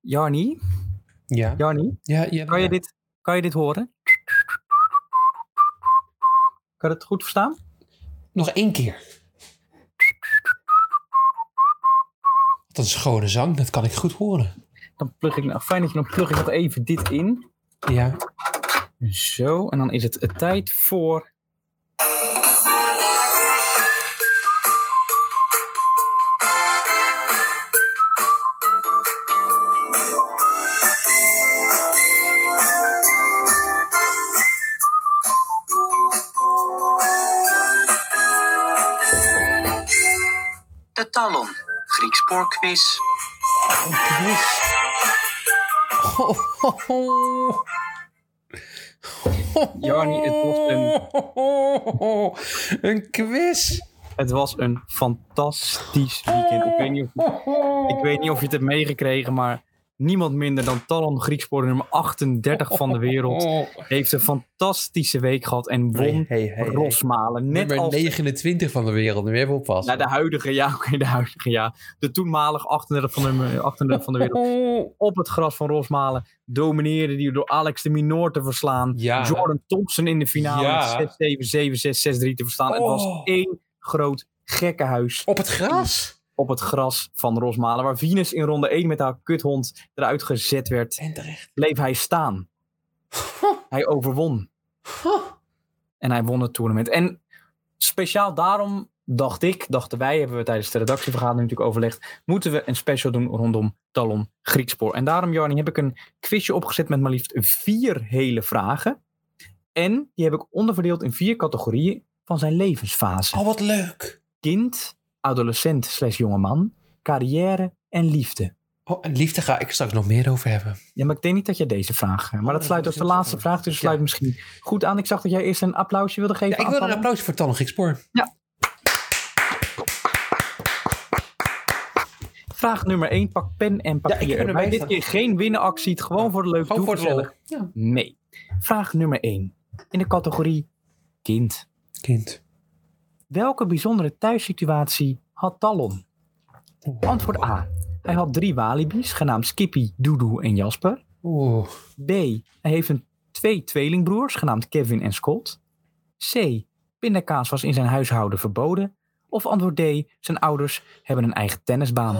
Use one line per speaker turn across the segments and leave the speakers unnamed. Jarni,
Ja.
Jarni,
Ja, ja,
kan, je
ja.
dit, kan je dit horen? Kan je het goed verstaan?
Nog één keer. Dat is schone zang, dat kan ik goed horen.
Dan plug ik, nou, fijn dat je dan plug ik nog even dit in.
Ja.
Zo, en dan is het eh, tijd voor...
De Talon. Grieks spoorquiz.
Oh, Chris. Oh, oh, oh.
Jarni, het was een-
Een quiz.
Het was een fantastisch weekend. Ik weet niet of, ik weet niet of je het hebt meegekregen, maar niemand minder dan Talon Griekspoor nummer 38 van de wereld
Oh.
heeft een fantastische week gehad en won
Hey, hey, hey, hey.
Rosmalen. Net
Nummer
als
29 van de wereld, nu even
Ja,
oppassen.
de huidige, ja, oké, de huidige, ja. De toenmalig 38 van de, 38 van de wereld.
Oh.
Op het gras van Rosmalen domineerde die door Alex de Minor te verslaan.
Ja.
Jordan Thompson in de finale
Ja.
met 6-7, 7-6, 6-3 te verslaan. Het
Oh.
was één groot gekkenhuis
Op het gras?
op het gras van Rosmalen. Waar Venus in ronde 1 met haar kuthond eruit gezet werd,
En terecht.
bleef hij staan. Hij overwon. En hij won het toernooi. En speciaal daarom dacht ik, dachten wij, hebben we tijdens de redactievergadering natuurlijk overlegd, moeten we een special doen rondom Talon Griekspoor. En daarom, Jarni, heb ik een quizje opgezet met maar liefst vier hele vragen. En die heb ik onderverdeeld in vier categorieën van zijn levensfase.
Oh, wat leuk.
Kind, adolescent slash jongeman, carrière en liefde.
Oh, en liefde ga ik straks nog meer over hebben.
Ja, maar ik denk niet dat jij deze vraag... eh, Maar dat
Oh,
sluit als de
dat is
laatste
wel.
vraag, dus sluit
Ja.
misschien goed aan. Ik zag dat jij eerst een applausje wilde geven.
Ja, ik
aan
wil een
Talon.
applausje voor Talon Griekspoor.
Vraag nummer 1. Pak pen en
ik
papier.
heb
Ja,
erbij
dit
staan.
keer geen winnenactie. Het gewoon voor de leuk.
Gewoon
doe
voor het lol.
gezellig. Nee. Vraag nummer 1. In de categorie kind.
Kind.
Welke bijzondere thuissituatie had Talon? Antwoord A. Hij had drie walibi's, genaamd Skippy, Doedoe en Jasper.
Oeh.
B. Hij heeft een, twee tweelingbroers, genaamd Kevin en Scott. C. Pindakaas was in zijn huishouden verboden. Of antwoord D. Zijn ouders hebben een eigen tennisbaan.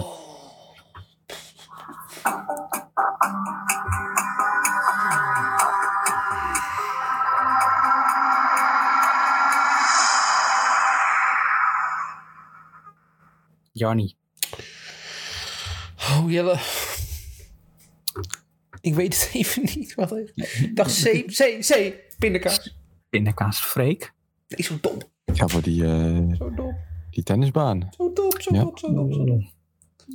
Jarni,
Oh, Jelle. Ik weet het even niet. Wat ik ik dacht C, C, C. Pindakaas.
pindakaas Freek.
Nee, zo dom.
Ik ga voor die, eh,
Zo dom.
die tennisbaan.
Zo dom, zo
Ja.
dom, zo dom, zo dom.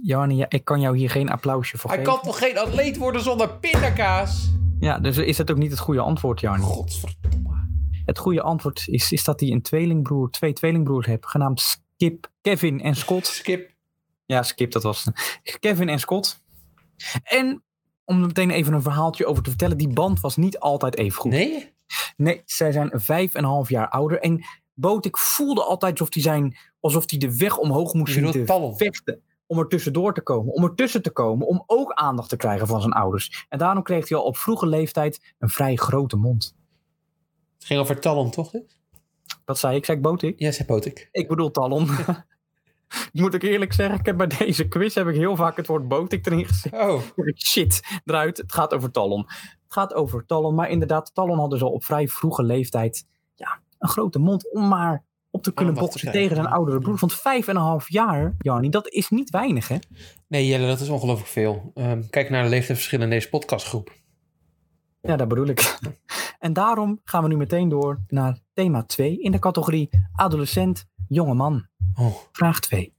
Jarni, ja, ik kan jou hier geen applausje voor
Hij
geven.
kan toch geen atleet worden zonder pindakaas?
Ja, dus is dat ook niet het goede antwoord, Jarni?
Godverdomme.
Het goede antwoord is, is dat hij een tweelingbroer, twee tweelingbroers heeft, genaamd Skip, Kevin en Scott.
Skip.
Ja, Skip, dat was het. Kevin en Scott. En om er meteen even een verhaaltje over te vertellen, die band was niet altijd even goed.
Nee?
Nee, zij zijn vijf en een half jaar ouder. En Boot, ik voelde altijd alsof die, zijn, alsof die de weg omhoog moest
Je
zien
bedoelt
te
Talon.
vechten. Om er tussendoor te komen, om er tussen te komen, om ook aandacht te krijgen van zijn ouders. En daarom kreeg hij al op vroege leeftijd een vrij grote mond.
Het ging over Talon, toch? dit?
Dat zei ik, zei ik Botik.
Ja, zei Potik.
Ik bedoel Talon. Moet ik eerlijk zeggen, ik heb bij deze quiz heb ik heel vaak het woord Botik erin gezet.
Oh.
Shit, eruit. Het gaat over Talon. Het gaat over Talon. Maar inderdaad, Talon had dus al op vrij vroege leeftijd ja, een grote mond om maar op te kunnen
Aandacht te
boksen
krijgen,
tegen zijn
ja.
oudere broer. Want vijf en een half jaar, Jani, dat is niet weinig, hè?
Nee, Jelle, dat is ongelooflijk veel. Ehm, kijk naar de leeftijdsverschillen in deze podcastgroep.
Ja, dat bedoel ik. En daarom gaan we nu meteen door naar thema 2 in de categorie adolescent, jongeman.
Oh.
Vraag 2.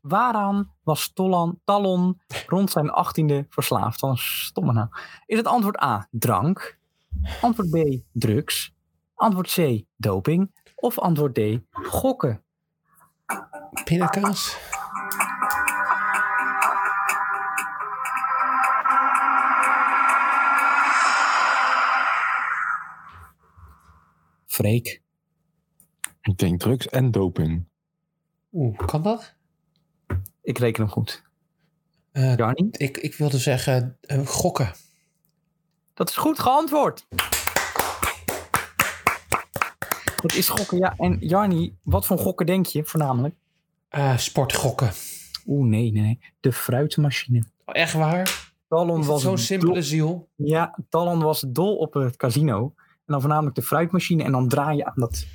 Waaraan was Tolan, Talon rond zijn 18e verslaafd? Wat een stomme naam. Is het antwoord A, drank? Antwoord B, drugs? Antwoord C, doping? Of antwoord D, gokken?
Pindakaas?
Freek.
Ik denk drugs en doping.
Oeh, kan dat?
Ik reken hem goed.
Eh,
Jarny?
ik, ik wilde zeggen eh, gokken.
Dat is goed geantwoord. Dat is gokken, ja. En Jarny, wat voor gokken denk je voornamelijk?
Ah, sportgokken.
Oeh, nee, nee, nee. De fruitmachine.
Oh, echt waar?
Talon
Is het
was
zo'n
dol-
simpele ziel?
Ja, Talon was dol op het casino. En dan voornamelijk de fruitmachine. En dan draai je aan dat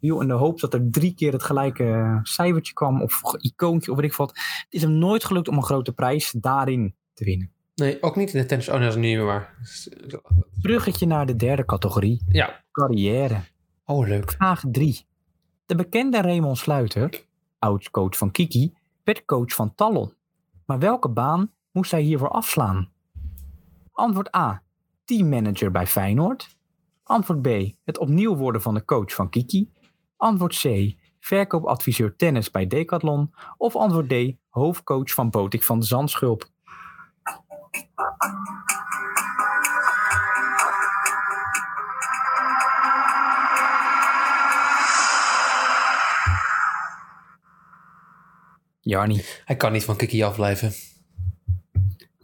wiel in de hoop dat er drie keer het gelijke eh, cijfertje kwam. Of icoontje, of weet ik wat. Het is hem nooit gelukt om een grote prijs daarin te winnen.
Nee, ook niet in de tennis. Oh, nee, dat is niet meer waar.
Bruggetje naar de derde categorie.
Ja.
Carrière.
Oh, leuk.
Vraag 3. De bekende Raymond Sluiter, oud-coach van Kiki, werd coach van Talon. Maar welke baan moest hij hiervoor afslaan? Antwoord A. Teammanager bij Feyenoord. Antwoord B. Het opnieuw worden van de coach van Kiki. Antwoord C. Verkoopadviseur tennis bij Decathlon. Of antwoord D. Hoofdcoach van Botik van de Zandschulp. Jarni,
Hij kan niet van Kiki afblijven.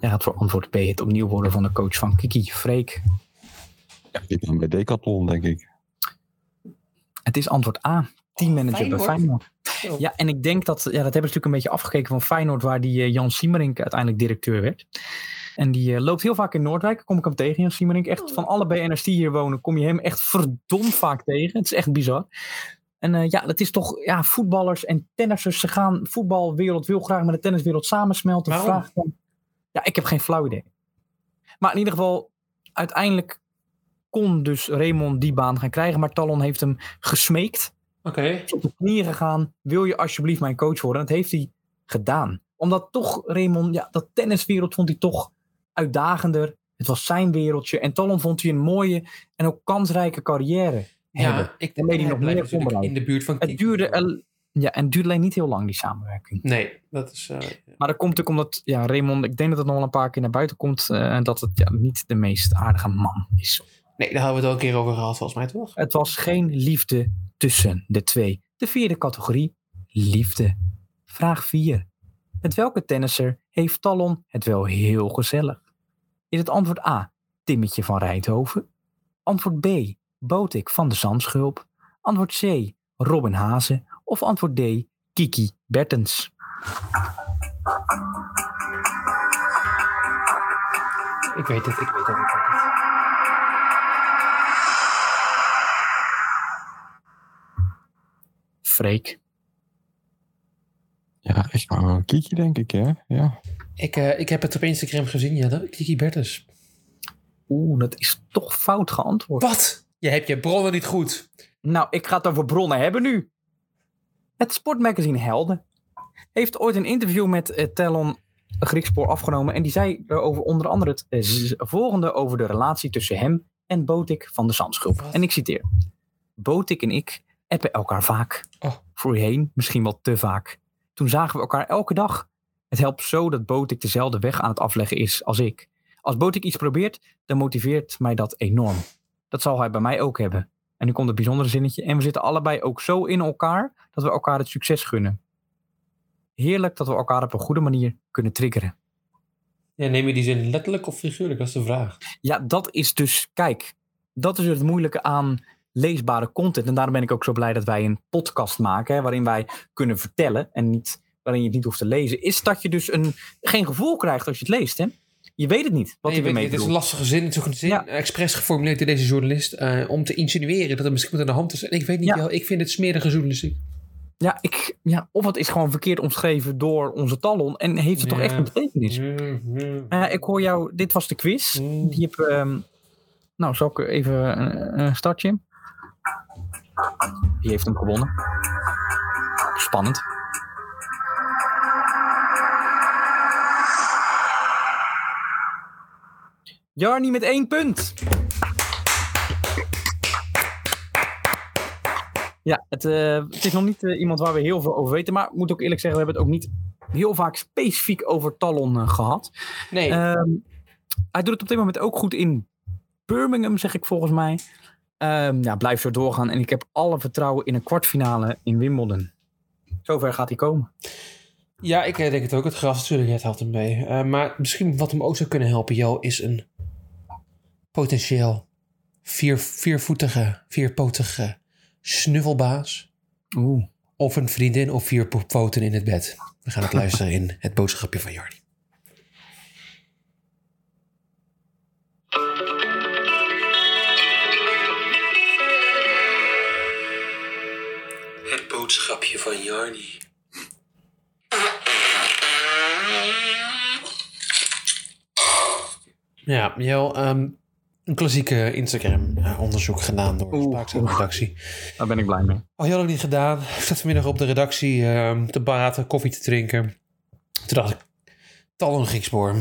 jij had voor antwoord B. Het opnieuw worden van de coach van Kiki. Freek.
Ik ben bij Decathlon, denk ik.
Het is antwoord A. Teammanager bij
Feyenoord.
Feyenoord.
Oh.
Ja, en ik denk dat, ja, dat hebben ze natuurlijk een beetje afgekeken van Feyenoord, waar die eh, Jan Siemerink uiteindelijk directeur werd. En die eh, loopt heel vaak in Noordwijk, kom ik hem tegen, Jan Siemerink. Echt van alle BN'ers die hier wonen, kom je hem echt verdomd vaak tegen. Het is echt bizar. En eh, ja, dat is toch, ja, voetballers en tennissers, ze gaan voetbalwereld wil graag met de tenniswereld samensmelten.
Waarom?
Vraag dan- ja, ik heb geen flauw idee. Maar in ieder geval, uiteindelijk kon dus Raymond die baan gaan krijgen, maar Talon heeft hem gesmeekt
Oké.
is op de knieën gegaan. Wil je alsjeblieft mijn coach worden? En dat heeft hij gedaan. Omdat toch, Raymond, ja, dat tenniswereld vond hij toch uitdagender. Het was zijn wereldje. En Talon vond hij een mooie en ook kansrijke carrière hebben.
Ja, ik
Dan ben je nog
blijft
meer
natuurlijk
voorbereid.
in de buurt van
Het
Kiki.
duurde, el- ja, en het duurde alleen niet heel lang, die samenwerking.
Nee, dat is... eh,
Maar dat komt ook omdat, ja, Raymond, ik denk dat het nog wel een paar keer naar buiten komt. eh, en dat het ja, niet de meest aardige man is
nee, daar hebben we het al een keer over gehad, volgens mij toch?
Het was geen liefde tussen de twee. De vierde categorie, liefde. Vraag 4. Met welke tennisser heeft Talon het wel heel gezellig? Is het antwoord A, Timmetje van Rijthoven? Antwoord B, Botik van de Zandschulp? Antwoord C, Robin Hazen? Of antwoord D, Kiki Bertens?
Ik weet het, ik weet het, ik weet het.
Freek.
Ja, ik wou wel een kiekje, denk ik, hè? Ja.
Ik, eh, ik heb het op Instagram gezien, ja. dat- Kiki Bertens.
Oeh, dat is toch fout geantwoord.
Wat? Je hebt je bronnen niet goed.
Nou, ik ga het over bronnen hebben nu. Het sportmagazine Helden heeft ooit een interview met eh, Telon Griekspoor afgenomen. En die zei erover onder andere het eh, z- volgende over de relatie tussen hem en Botik van de Zandschulp.
Wat?
En ik citeer. Botik en ik appen elkaar vaak.
Oh.
Voor je heen misschien wel te vaak. Toen zagen we elkaar elke dag. Het helpt zo dat Botik dezelfde weg aan het afleggen is als ik. Als Botik iets probeert, dan motiveert mij dat enorm. Dat zal hij bij mij ook hebben. En nu komt het bijzondere zinnetje. En we zitten allebei ook zo in elkaar dat we elkaar het succes gunnen. Heerlijk dat we elkaar op een goede manier kunnen triggeren.
Ja, neem je die zin letterlijk of figuurlijk? Dat is de vraag.
Ja, dat is dus, kijk, dat is het moeilijke aan leesbare content. En daarom ben ik ook zo blij dat wij een podcast maken, hè, waarin wij kunnen vertellen en niet, waarin je het niet hoeft te lezen. Is dat je dus een, geen gevoel krijgt als je het leest, hè? Je weet het niet wat
Nee,
hij
weet
ermee
je, het is een
bedoelt.
lastige zin. Het is ook een zin
Ja.
expres geformuleerd door deze journalist eh, om te insinueren dat er misschien wat aan de hand is. En ik weet niet
Ja.
wel, ik vind het smerige journalistiek.
Ja, ik, ja, of het is gewoon verkeerd omschreven door onze talon en heeft het toch
Ja.
echt een betekenis. Nou ja, ik hoor jou, dit was de quiz.
Mm.
Die heb, ehm, nou, zal ik even eh, een, een startje? Wie heeft hem gewonnen? Spannend. Jarni met één punt. Ja, het, eh, het is nog niet eh, iemand waar we heel veel over weten. Maar ik moet ook eerlijk zeggen, we hebben het ook niet heel vaak specifiek over Talon eh, gehad.
Nee,
Ehm, hij doet het op dit moment ook goed in Birmingham, zeg ik volgens mij. Ehm, ja, blijf zo doorgaan. En ik heb alle vertrouwen in een kwartfinale in Wimbledon. Zover gaat hij komen.
Ja, ik eh, denk het ook. Het gras natuurlijk, het helpt hem mee. Eh, maar misschien wat hem ook zou kunnen helpen, Jo, is een potentieel vier, viervoetige, vierpotige snuffelbaas.
Oeh.
Of een vriendin of vier po- poten in het bed. We gaan het luisteren in het boodschapje van Jardi. Het boodschapje van Jarni. Ja, Jel, ehm, een klassieke Instagram-onderzoek gedaan door de
Oeh,
Spraakzame
oeh.
Redactie.
Daar ben ik blij mee.
Oh, je had ook niet gedaan. Ik zat vanmiddag op de redactie ehm, te baten, koffie te drinken. Toen dacht ik, talon Grieksboor.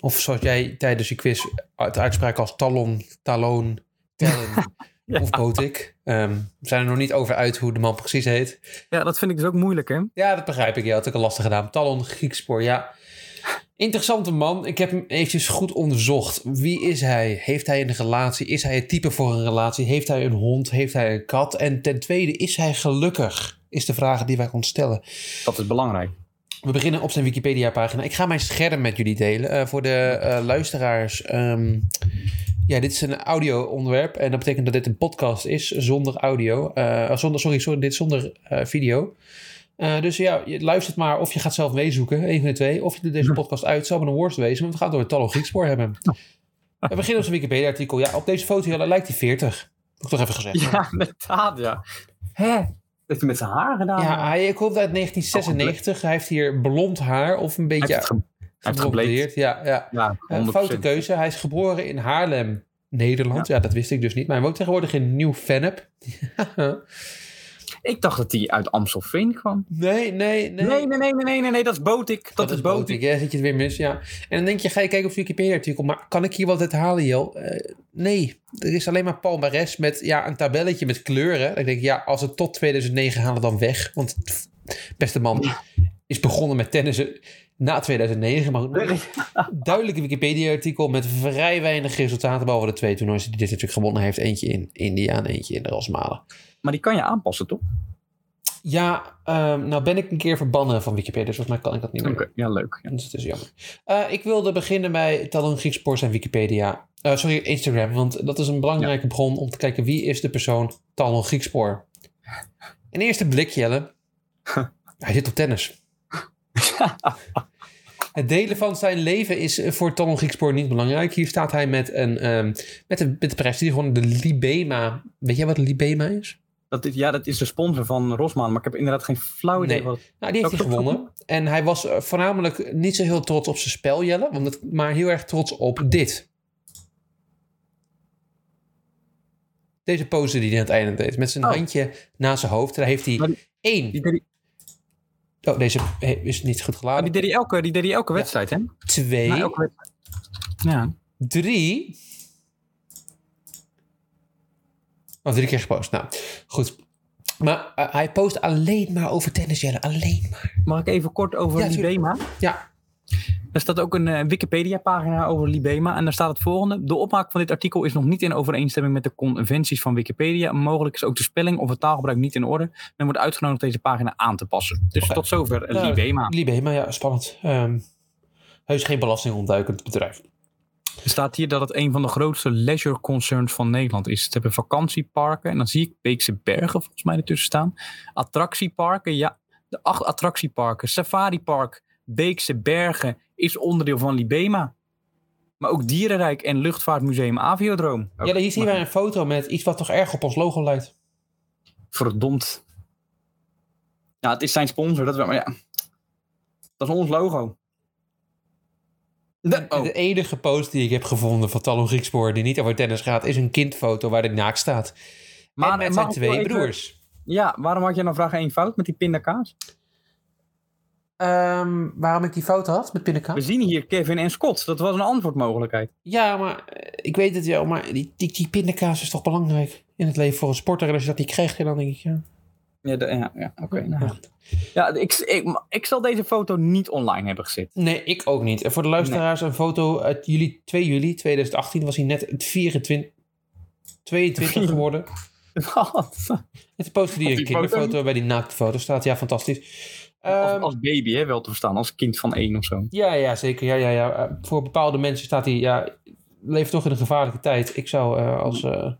Of zoals jij tijdens je quiz uit uitspraak als talon, talon, tellen
Ja.
of botik. Ehm, we zijn er nog niet over uit hoe de man precies heet.
Ja, dat vind ik dus ook moeilijk, hè?
Ja, dat begrijp ik. Ja, had ook een lastige naam. Talon Griekspoor, ja. Interessante man. Ik heb hem eventjes goed onderzocht. Wie is hij? Heeft hij een relatie? Is hij het type voor een relatie? Heeft hij een hond? Heeft hij een kat? En ten tweede, is hij gelukkig? Is de vraag die wij ons stellen.
Dat is belangrijk.
We beginnen op zijn Wikipedia-pagina. Ik ga mijn scherm met jullie delen. Eh, voor de eh, luisteraars. ehm, ja, dit is een audio-onderwerp. En dat betekent dat dit een podcast is zonder audio. Eh, zonder, sorry, sorry, dit is zonder eh, video. Eh, dus ja, je luistert maar of je gaat zelf meezoeken. Een van de twee. Of je doet deze podcast uit. Zou maar een worst wezen. Want we gaan door het tallo Griekspoor hebben. We beginnen op zijn Wikipedia-artikel. Ja, op deze foto Jelle, lijkt hij 40. Heb ik toch even gezegd.
Ja, inderdaad, ja. Hè? Heeft hij met zijn haar gedaan?
Ja, hij, ik hoop uit 1996. Hij heeft hier blond haar of een
Hij
beetje
heeft het ge- hij heeft gebleekt.
geblondeerd. Ja, ja.
Ja,
Een
100%.
foute keuze. Hij is geboren in Haarlem, Nederland. Ja. dat wist ik dus niet. Maar hij woont tegenwoordig in Nieuw-Vennep.
Ik dacht dat hij uit Amstelveen kwam.
nee, nee, nee.
Nee, nee, nee, nee, nee, nee, nee, dat is Botik. Dat, is Botik.
Ja, eh, zit je het weer mis, ja. En dan denk je, ga je kijken op Wikipedia-artikel. Maar kan ik hier wat uit halen, Jel? Eh, nee, er is alleen maar palmares met ja, een tabelletje met kleuren. Dan denk ik, ja, als het tot 2009 halen, dan weg. Want pff, beste man is begonnen met tennissen na 2009. Maar goed, duidelijke Wikipedia-artikel met vrij weinig resultaten. Behalve de twee toernooien die dit natuurlijk gewonnen heeft. Eentje in India en eentje in de Rosmalen.
Maar die kan je aanpassen, toch?
Ja, ehm, nou ben ik een keer verbannen van Wikipedia. Dus volgens mij kan ik dat niet
Oké,
meer.
ja, leuk. Ja.
Dus dat is jammer. Eh, ik wilde beginnen bij Talon Griekspoor en Wikipedia. Eh, sorry, Instagram. Want dat is een belangrijke bron om te kijken wie is de persoon Talon Griekspoor. Een eerste blik, Jelle. Hij zit op tennis. Het delen van zijn leven is voor Talon Griekspoor niet belangrijk. Hier staat hij met een, ehm, met een met de prijs die gewoon de Libema. Weet jij wat Libema is?
Dat is, ja, dat is de sponsor van Rosman, maar ik heb inderdaad geen flauw idee
Nee.
wat...
Nou, die heeft hij
Zou ik dat
gewonnen. En hij was eh, voornamelijk niet zo heel trots op zijn spel, Jelle. Want het, maar heel erg trots op dit. Deze pose die hij aan het einde deed. Met zijn
Oh.
handje naast zijn hoofd. Daar heeft hij
Maar die- Die
één.
deed hij,
Oh, deze is niet goed
ah, die
geladen.
deed hij elke, die deed hij elke wedstrijd, hè?
Twee.
Na elke wedstrijd. Ja.
Drie. Oh, drie keer gepost. Nou, goed. Maar eh, hij post alleen maar over tennis, Jelle. Alleen maar.
Mag ik even kort over
Ja, tuurlijk.
Libema?
Ja.
Er staat ook een eh, Wikipedia-pagina over Libema. En daar staat het volgende. De opmaak van dit artikel is nog niet in overeenstemming met de conventies van Wikipedia. Mogelijk is ook de spelling of het taalgebruik niet in orde. Men wordt uitgenodigd deze pagina aan te passen. Dus
Oké.
tot zover eh,
Nou,
Libema.
Libema, ja, spannend. Ehm heus geen belastingontduikend bedrijf.
Er staat hier dat het een van de grootste leisure concerns van Nederland is. Ze hebben vakantieparken. En dan zie ik Beekse Bergen volgens mij ertussen staan. Attractieparken, ja. De acht attractieparken. Safari Park, Beekse Bergen is onderdeel van Libema. Maar ook Dierenrijk en Luchtvaartmuseum Aviodroom.
Ja, hier zien wij een foto met iets wat toch erg op ons logo lijkt.
Verdomd. Ja, het is zijn sponsor. Dat is, wel- maar ja. dat is ons logo. De- oh.
De enige post die ik heb gevonden van Talon Griekspoor die niet over tennis gaat, is een kindfoto waar de naakt staat. Maar en met
mag
zijn
ik
twee
wel even-
broers.
Ja, waarom had jij nou vraag 1 fout met die pindakaas?
Ehm, waarom ik die foto had met
We
pindakaas?
zien hier Kevin en Scott. Dat was een antwoordmogelijkheid.
Dus- Ja, maar eh, ik weet het wel, maar die, die, die pindakaas is toch belangrijk in het leven voor een sporter. En als je dat niet krijgt, dan denk ik, ja.
Ja, de- ja, ja oké. nou. Ja, ik, ik, ik zal deze foto niet online hebben gezet.
Nee, ik ook niet. En voor de luisteraars, een foto uit juli, 2 juli 2018 was hij net het 24, 22 geworden.
Wat?
Het poster die
Op
een
die foto?
kinderfoto bij die naakte foto staat. Ja, fantastisch. Eh,
als,
Ehm,
als baby, hè, wel te verstaan. Als kind van één of zo.
Ja, ja zeker. Ja, ja, ja. Eh, Voor bepaalde mensen staat hij, ja, leeft toch in een gevaarlijke tijd. Ik zou eh, als. eh,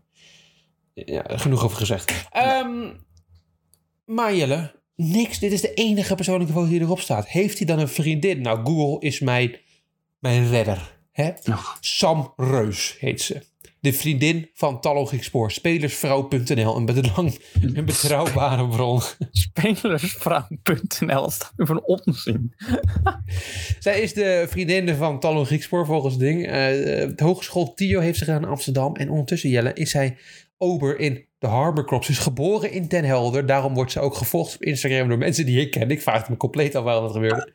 ja, genoeg over gezegd. Ehm maar Jelle, niks. Dit is de enige persoonlijke foto die erop staat. Heeft hij dan een vriendin? Nou, Google is mijn, mijn redder. Hè?
Ja.
Sam Reus heet ze. De vriendin van Talon Griekspoor. Spelersvrouw.nl. Een, bedlang- een betrouwbare bron.
Spelersvrouw.nl staat nu voor een onzin.
Zij is de vriendin van Talon Griekspoor volgens het ding. Eh, eh, de hogeschool Tio heeft ze gedaan in Amsterdam. En ondertussen, Jelle, is zij ober in de Harbor Crops. Ze is geboren in Den Helder. Daarom wordt ze ook gevolgd op Instagram door mensen die ik ken. Ik vraag het me compleet af waarom dat gebeurde.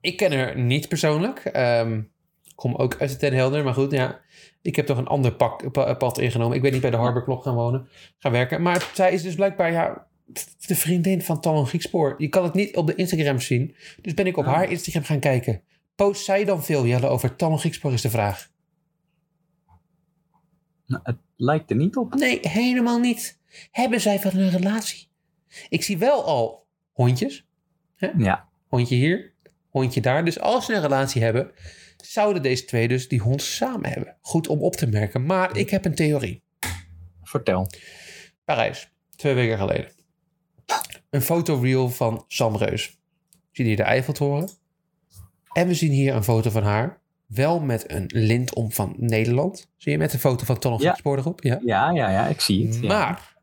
ik ken haar niet persoonlijk. Ehm, ik kom ook uit Den Helder. Maar goed, ja. Ik heb toch een ander pak, pa- pad ingenomen. Ik ben niet bij de Harbor Club gaan wonen, gaan werken. Maar zij is dus blijkbaar ja, de vriendin van Talon Griekspoor. Je kan het niet op de Instagram zien. Dus ben ik op
Ah.
haar Instagram gaan kijken. Post zij dan veel, Jelle, over Talon Griekspoor is de vraag.
Nou, het lijkt er niet op.
Nee, helemaal niet. Hebben zij wel een relatie? Ik zie wel al hondjes. Hè?
Ja.
Hondje hier, hondje daar. Dus als ze een relatie hebben, zouden deze twee dus die hond samen hebben. Goed om op te merken. Maar ik heb een theorie.
Vertel.
Parijs, twee weken geleden. Een fotoreel van Sam Reus. We zien hier de Eiffeltoren. En we zien hier een foto van haar. Wel met een lint om van Nederland. Zie je met de foto van Ton
Ja.
ja. erop? Ja.
Ja, ja, ja, ik zie het. Ja.
Maar,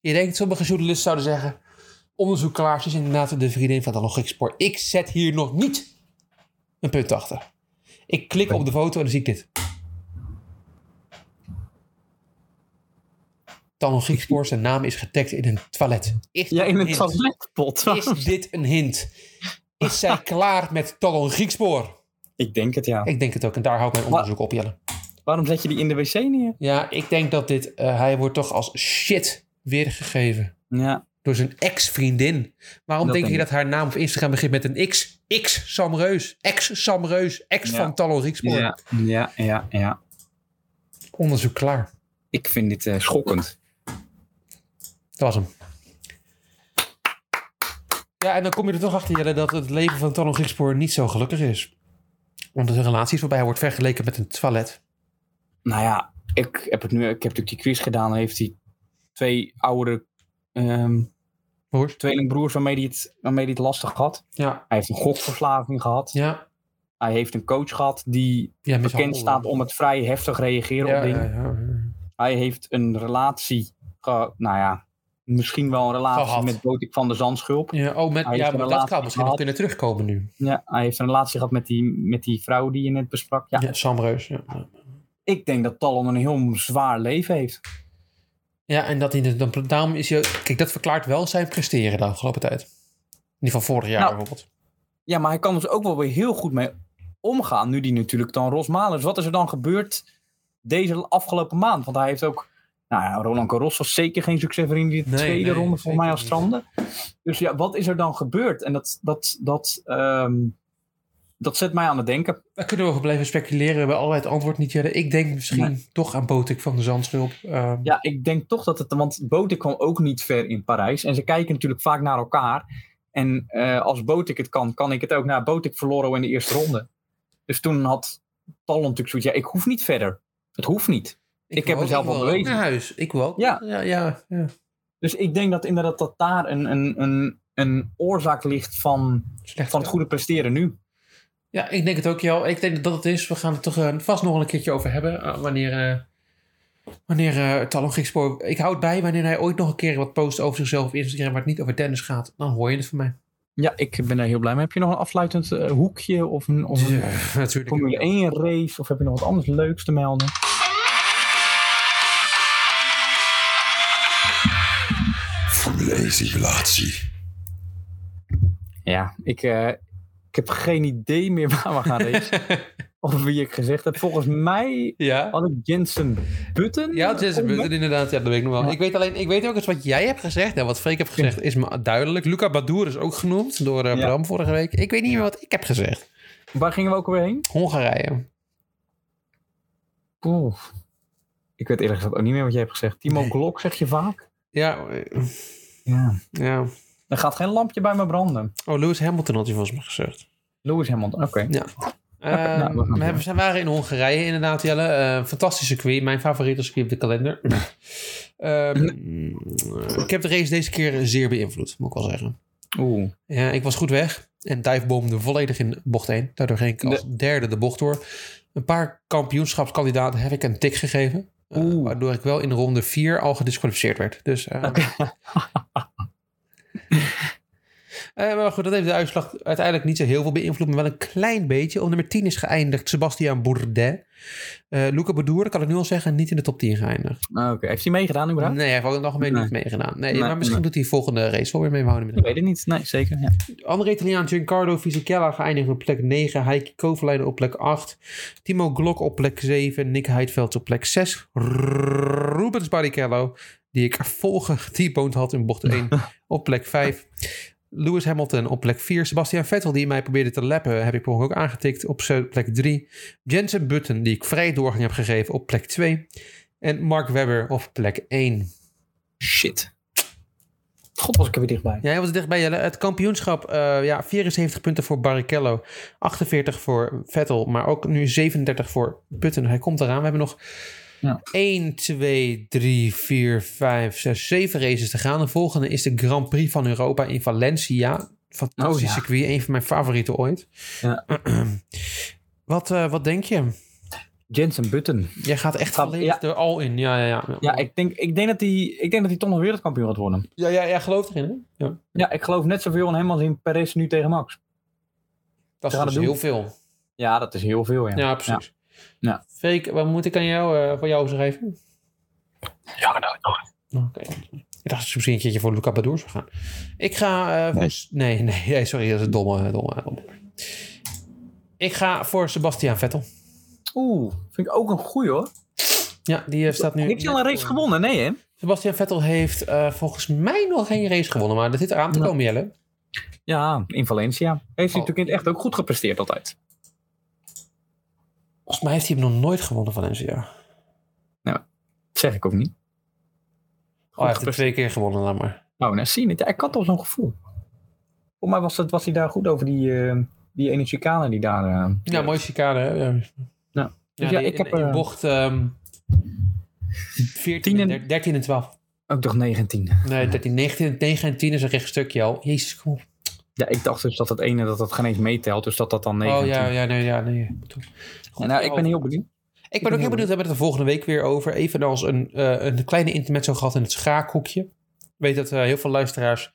je denkt, sommige journalisten zouden zeggen... onderzoek klaar, ze is dus inderdaad de vriendin van Talon Griekspoor. Ik zet hier nog niet een punt achter. Ik klik op de foto en dan zie ik dit. Talon Griekspoor, zijn naam is getagd in een toilet. Is
Ja,
dit
in een
hint?
toiletpot.
Is dit een hint? Is zij klaar met Talon Griekspoor?
Ik denk het, ja.
Ik denk het ook en daar houdt mijn onderzoek op, Jelle.
Waarom zet je die in de wc neer?
Ja, ik denk dat dit... eh, hij wordt toch als shit weergegeven.
Ja.
door zijn ex-vriendin. Waarom
Dat
denk je
denk
dat haar naam op Instagram begint met een X? X Sam Reus. Ex Sam Reus. Ex
Ja.
van Talon Riekspoor.
Ja, ja, ja, ja.
Onderzoek klaar.
Ik vind dit eh, schokkend.
Dat was hem. Ja, en dan kom je er toch achter, Jelle, dat het leven van Talon Riekspoor niet zo gelukkig is. Omdat de relatie is waarbij hij wordt vergeleken met een toilet.
Nou ja, ik heb, het nu, ik heb natuurlijk die quiz gedaan. Dan heeft hij twee oudere ehm,
Hoor?
tweelingbroers waarmee hij, het, waarmee hij het lastig had.
Ja.
Hij heeft een gokverslaving gehad.
Ja.
Hij heeft een coach gehad die
ja
bekend staat om het vrij heftig reageren op
ja,
dingen.
ja, ja.
Hij heeft een relatie, ge- nou ja, misschien wel een relatie
Gehad.
met Botik van de Zandschulp.
Ja, oh, met,
Hij
ja,
heeft
maar
een
dat kan
relatie
misschien nog
gehad.
kunnen terugkomen nu.
Ja, hij heeft een relatie gehad met die, met die vrouw die je net besprak. Ja,
Ja. Sam Reus, ja. ja.
Ik denk dat Talon een heel zwaar leven heeft.
Ja, en dat hij dus dan, daarom is hij. Kijk, dat verklaart wel zijn presteren de afgelopen tijd. Die van vorig jaar
Nou.
bijvoorbeeld.
Ja, maar hij kan dus ook wel weer heel goed mee omgaan. Nu die natuurlijk dan Rosmalen is. Wat is er dan gebeurd deze afgelopen maand? Want hij heeft ook... Nou ja, Roland Garros was zeker geen succes in die
Nee,
tweede
nee,
ronde voor
zeker
mij als
niet.
stranden. Dus ja, wat is er dan gebeurd? En dat, dat, dat, ehm, dat zet mij aan het denken.
Daar kunnen we over blijven speculeren. We hebben allebei het antwoord niet. Jelle. Ik denk misschien toch aan Botik van de Zandschulp. Ehm,
Ja, ik denk toch dat het... Want Botik kwam ook niet ver in Parijs. En ze kijken natuurlijk vaak naar elkaar. En eh, als Botik het kan, kan ik het ook. Nou, Botik verloren in de eerste ronde. Dus toen had Talon natuurlijk zoiets... Ja, ik hoef niet verder. Het hoeft niet. ik heb
wil-
mezelf
wil
al
ook
bewezen.
Naar huis. Ik wel.
Ja.
Ja, ja, ja.
Dus ik denk dat inderdaad dat daar een, een, een, een oorzaak ligt van,
Slecht.
van het goede presteren nu.
Ja, ik denk het ook, Jel. Ik denk dat dat het is. We gaan het toch eh, vast nog wel een keertje over hebben. eh, wanneer eh wanneer eh, Talon Griekspoor... Ik houd bij wanneer hij ooit nog een keer wat post over zichzelf op Instagram... waar het niet over tennis gaat. Dan hoor je het van mij.
Ja, ik ben daar heel blij mee. Heb je nog een afsluitend eh, hoekje of een, of een
Ja, natuurlijk.
Formule 1 race? Of heb je nog wat anders leuks te melden?
Formule 1 simulatie.
Ja, ik, eh, ik heb geen idee meer waar we gaan racen. of wie ik gezegd heb. Volgens mij
ja.
had ik Jensen Button.
Ja, het is Button inderdaad. Ja, dat weet ik nog wel.
Ja.
Ik weet alleen, ik weet ook eens wat jij hebt gezegd. En wat Freek heeft gezegd is me duidelijk. Luca Badoer is ook genoemd door eh,
Ja.
Bram vorige week. Ik weet niet meer wat ik heb gezegd.
Waar gingen we ook weer heen?
Hongarije.
Oeh. Ik weet eerlijk gezegd ook niet meer wat jij hebt gezegd. Timo
Nee.
Glock zeg je vaak?
eh, Ja, eh,
Ja.
ja.
Er gaat geen lampje bij me branden.
Oh, Lewis Hamilton had hij volgens mij gezegd.
Lewis Hamilton, oké.
Ja.
nou,
Ehm,
we gaan
we hebben, zijn waren in Hongarije inderdaad, Jelle. Eh, fantastische circuit. Mijn favoriete circuit op de kalender. Ehm, ik heb de race deze keer zeer beïnvloed, moet ik wel zeggen.
Oeh.
Ja, ik was goed weg en diveboomde volledig in bocht 1. Daardoor ging ik als derde de bocht door. Een paar kampioenschapskandidaten heb ik een tik gegeven. eh,
Oeh.
waardoor ik wel in ronde 4 al gedisqualificeerd werd. Dus, eh, Eh, maar goed, dat heeft de uitslag uiteindelijk niet zo heel veel beïnvloed. Maar wel een klein beetje. Op nummer 10 is geëindigd Sebastian Bourdais. Eh Luca Badoer, kan ik nu al zeggen, niet in de top 10 geëindigd.
Ah, Oké, heeft hij meegedaan überhaupt?
Nee, hij heeft ook in het algemeen
Nee.
niet meegedaan. Nee,
Nee,
maar misschien
nee.
doet hij volgende race wel weer mee. We houden hem in de
Ik weet het niet. Nee, zeker. Ja.
andere Italiaan Giancarlo Fisichella geëindigd op plek 9. Heikki Kovalainen op plek 8. Timo Glock op plek 7. Nick Heidveld op plek 6. Rubens Barrichello, die ik volgend t had in bocht 1, op plek 5. Lewis Hamilton op plek 4. Sebastian Vettel, die mij probeerde te lappen, heb ik per ongeluk ook aangetikt op zo- plek 3. Jensen Button, die ik vrij doorgang heb gegeven, op plek 2. En Mark Webber op plek 1.
Shit. God, was ik er weer dichtbij.
Ja, hij was er dichtbij. Jelle. Het kampioenschap, eh, ja, 74 punten voor Barrichello, 48 voor Vettel, maar ook nu 37 voor Button. Hij komt eraan. We hebben nog
Ja.
1, 2, 3, 4, 5, 6, 7 races te gaan. De volgende is de Grand Prix van Europa in Valencia. Fantastisch
Oh, ja.
circuit, een van mijn favorieten ooit.
Ja.
Wat, eh, wat denk je?
Jensen Button.
Jij gaat echt
Gaat-
volledig er al in. Ja, ja, ja.
Ja, ik denk, ik denk dat hij, ik denk dat hij toch nog wereldkampioen gaat worden.
ja, ja, ja geloof erin, hè? Ja.
Ja, ik geloof net zoveel in hem als in Perez nu tegen Max.
Dat is
gaan
dus
het
heel
doen.
veel.
Ja, dat is heel veel, ja.
Ja, precies.
Ja.
Freek, wat moet ik aan jou, eh, voor jou schrijven?
Ja, nou,
Oké. Ik dacht dat ze misschien een keertje voor Luca Badoer zou gaan. Ik ga... eh,
Nee.
voor- nee. nee, nee, sorry, dat is een domme, domme, domme. Ik ga voor Sebastian Vettel.
Oeh, vind ik ook een goeie hoor.
Ja, die eh, staat nu...
Heeft hij al een race gewonnen? Nee, hè?
Sebastian Vettel heeft eh, volgens mij nog geen race gewonnen, maar dat zit eraan te
Nee.
komen, Jelle.
Ja, in Valencia. Heeft hij
Oh.
natuurlijk in het echt ook goed gepresteerd altijd.
Volgens mij heeft hij hem nog nooit gewonnen van NCA.
Dat zeg ik ook niet.
Oh, hij heeft hem twee keer gewonnen, laat maar.
Nou, nou zie je het. Ja, ik had toch zo'n gevoel. Voor mij was, het, was hij daar goed over, die, eh, die ene chicane die daar... eh,
Ja, mooi chicane. hè? Ja.
Ja.
Ja,
Dus ja,
die-
ik heb,
in- in
eh,
bocht ehm 14
10
en
en-
13 13 en 12.
Ook toch 19.
Nee, 13, 19, 9 en 10 is een recht stukje al. Jezus, kom op. Oh,
Ja, ik dacht dus dat dat ene dat dat geen eens meetelt. Dus dat dat dan 19.
Oh ja, ja, nee, ja, nee. Goed,
nou, ik ben heel benieuwd.
Ik ben ook heel benieuwd, we hebben het er volgende week weer over. Evenals een, eh, een kleine intermezzo gehad in het schaakhoekje. Ik weet dat eh, heel veel luisteraars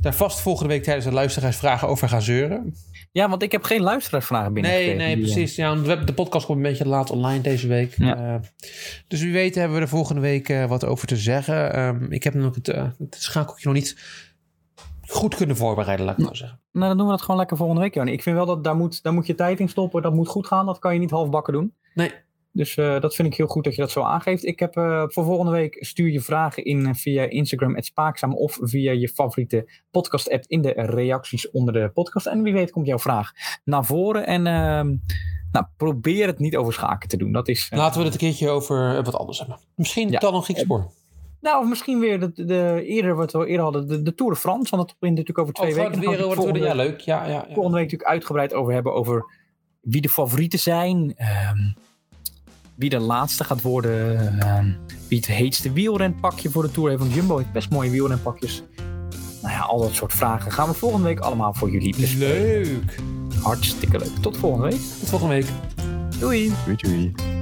daar vast volgende week tijdens de luisteraarsvragen over gaan zeuren.
Ja, want ik heb geen luisteraarsvragen
Nee,
binnengekregen.
nee,
Die, eh,
precies. Ja, want we hebben- de podcast komt een beetje laat online deze week.
Ja.
Eh, dus wie weet hebben we er volgende week eh, wat over te zeggen. Ehm, ik heb nog het, eh, het schaakhoekje nog niet goed kunnen voorbereiden, laat ik maar zeggen.
Nou, dan doen we dat gewoon lekker volgende week, Jan. Ik vind wel dat daar moet, daar moet je tijd in stoppen. Dat moet goed gaan. Dat kan je niet halfbakken doen.
Nee.
Dus eh, dat vind ik heel goed dat je dat zo aangeeft. Ik heb eh, voor volgende week stuur je vragen in eh, via Instagram Spaakzaam of via je favoriete podcast app in de reacties onder de podcast. En wie weet komt jouw vraag naar voren. En ehm, nou, probeer het niet over schaken te doen. Dat is, eh,
Laten we het een keertje over eh, wat anders hebben. Misschien
Ja.
dan nog Griekspoor.
Nou, of misschien weer de, de, eerder wat we eerder hadden, de, de Tour de France. Want dat begint natuurlijk over twee
Oh,
weken. eh,
Frank
Dan gaan
Weer
we
over het
volgende
worden. Ja, leuk. Ja, ja, ja.
volgende week natuurlijk uitgebreid over hebben. Over wie de favorieten zijn. ehm, wie de laatste gaat worden. ehm, wie het heetste wielrenpakje voor de Tour heeft. Want Jumbo heeft best mooie wielrenpakjes. Nou ja, al dat soort vragen gaan we volgende week allemaal voor jullie. Dus
Leuk.
hartstikke leuk. Tot volgende week.
Tot volgende week.
Doei!
weet je wie?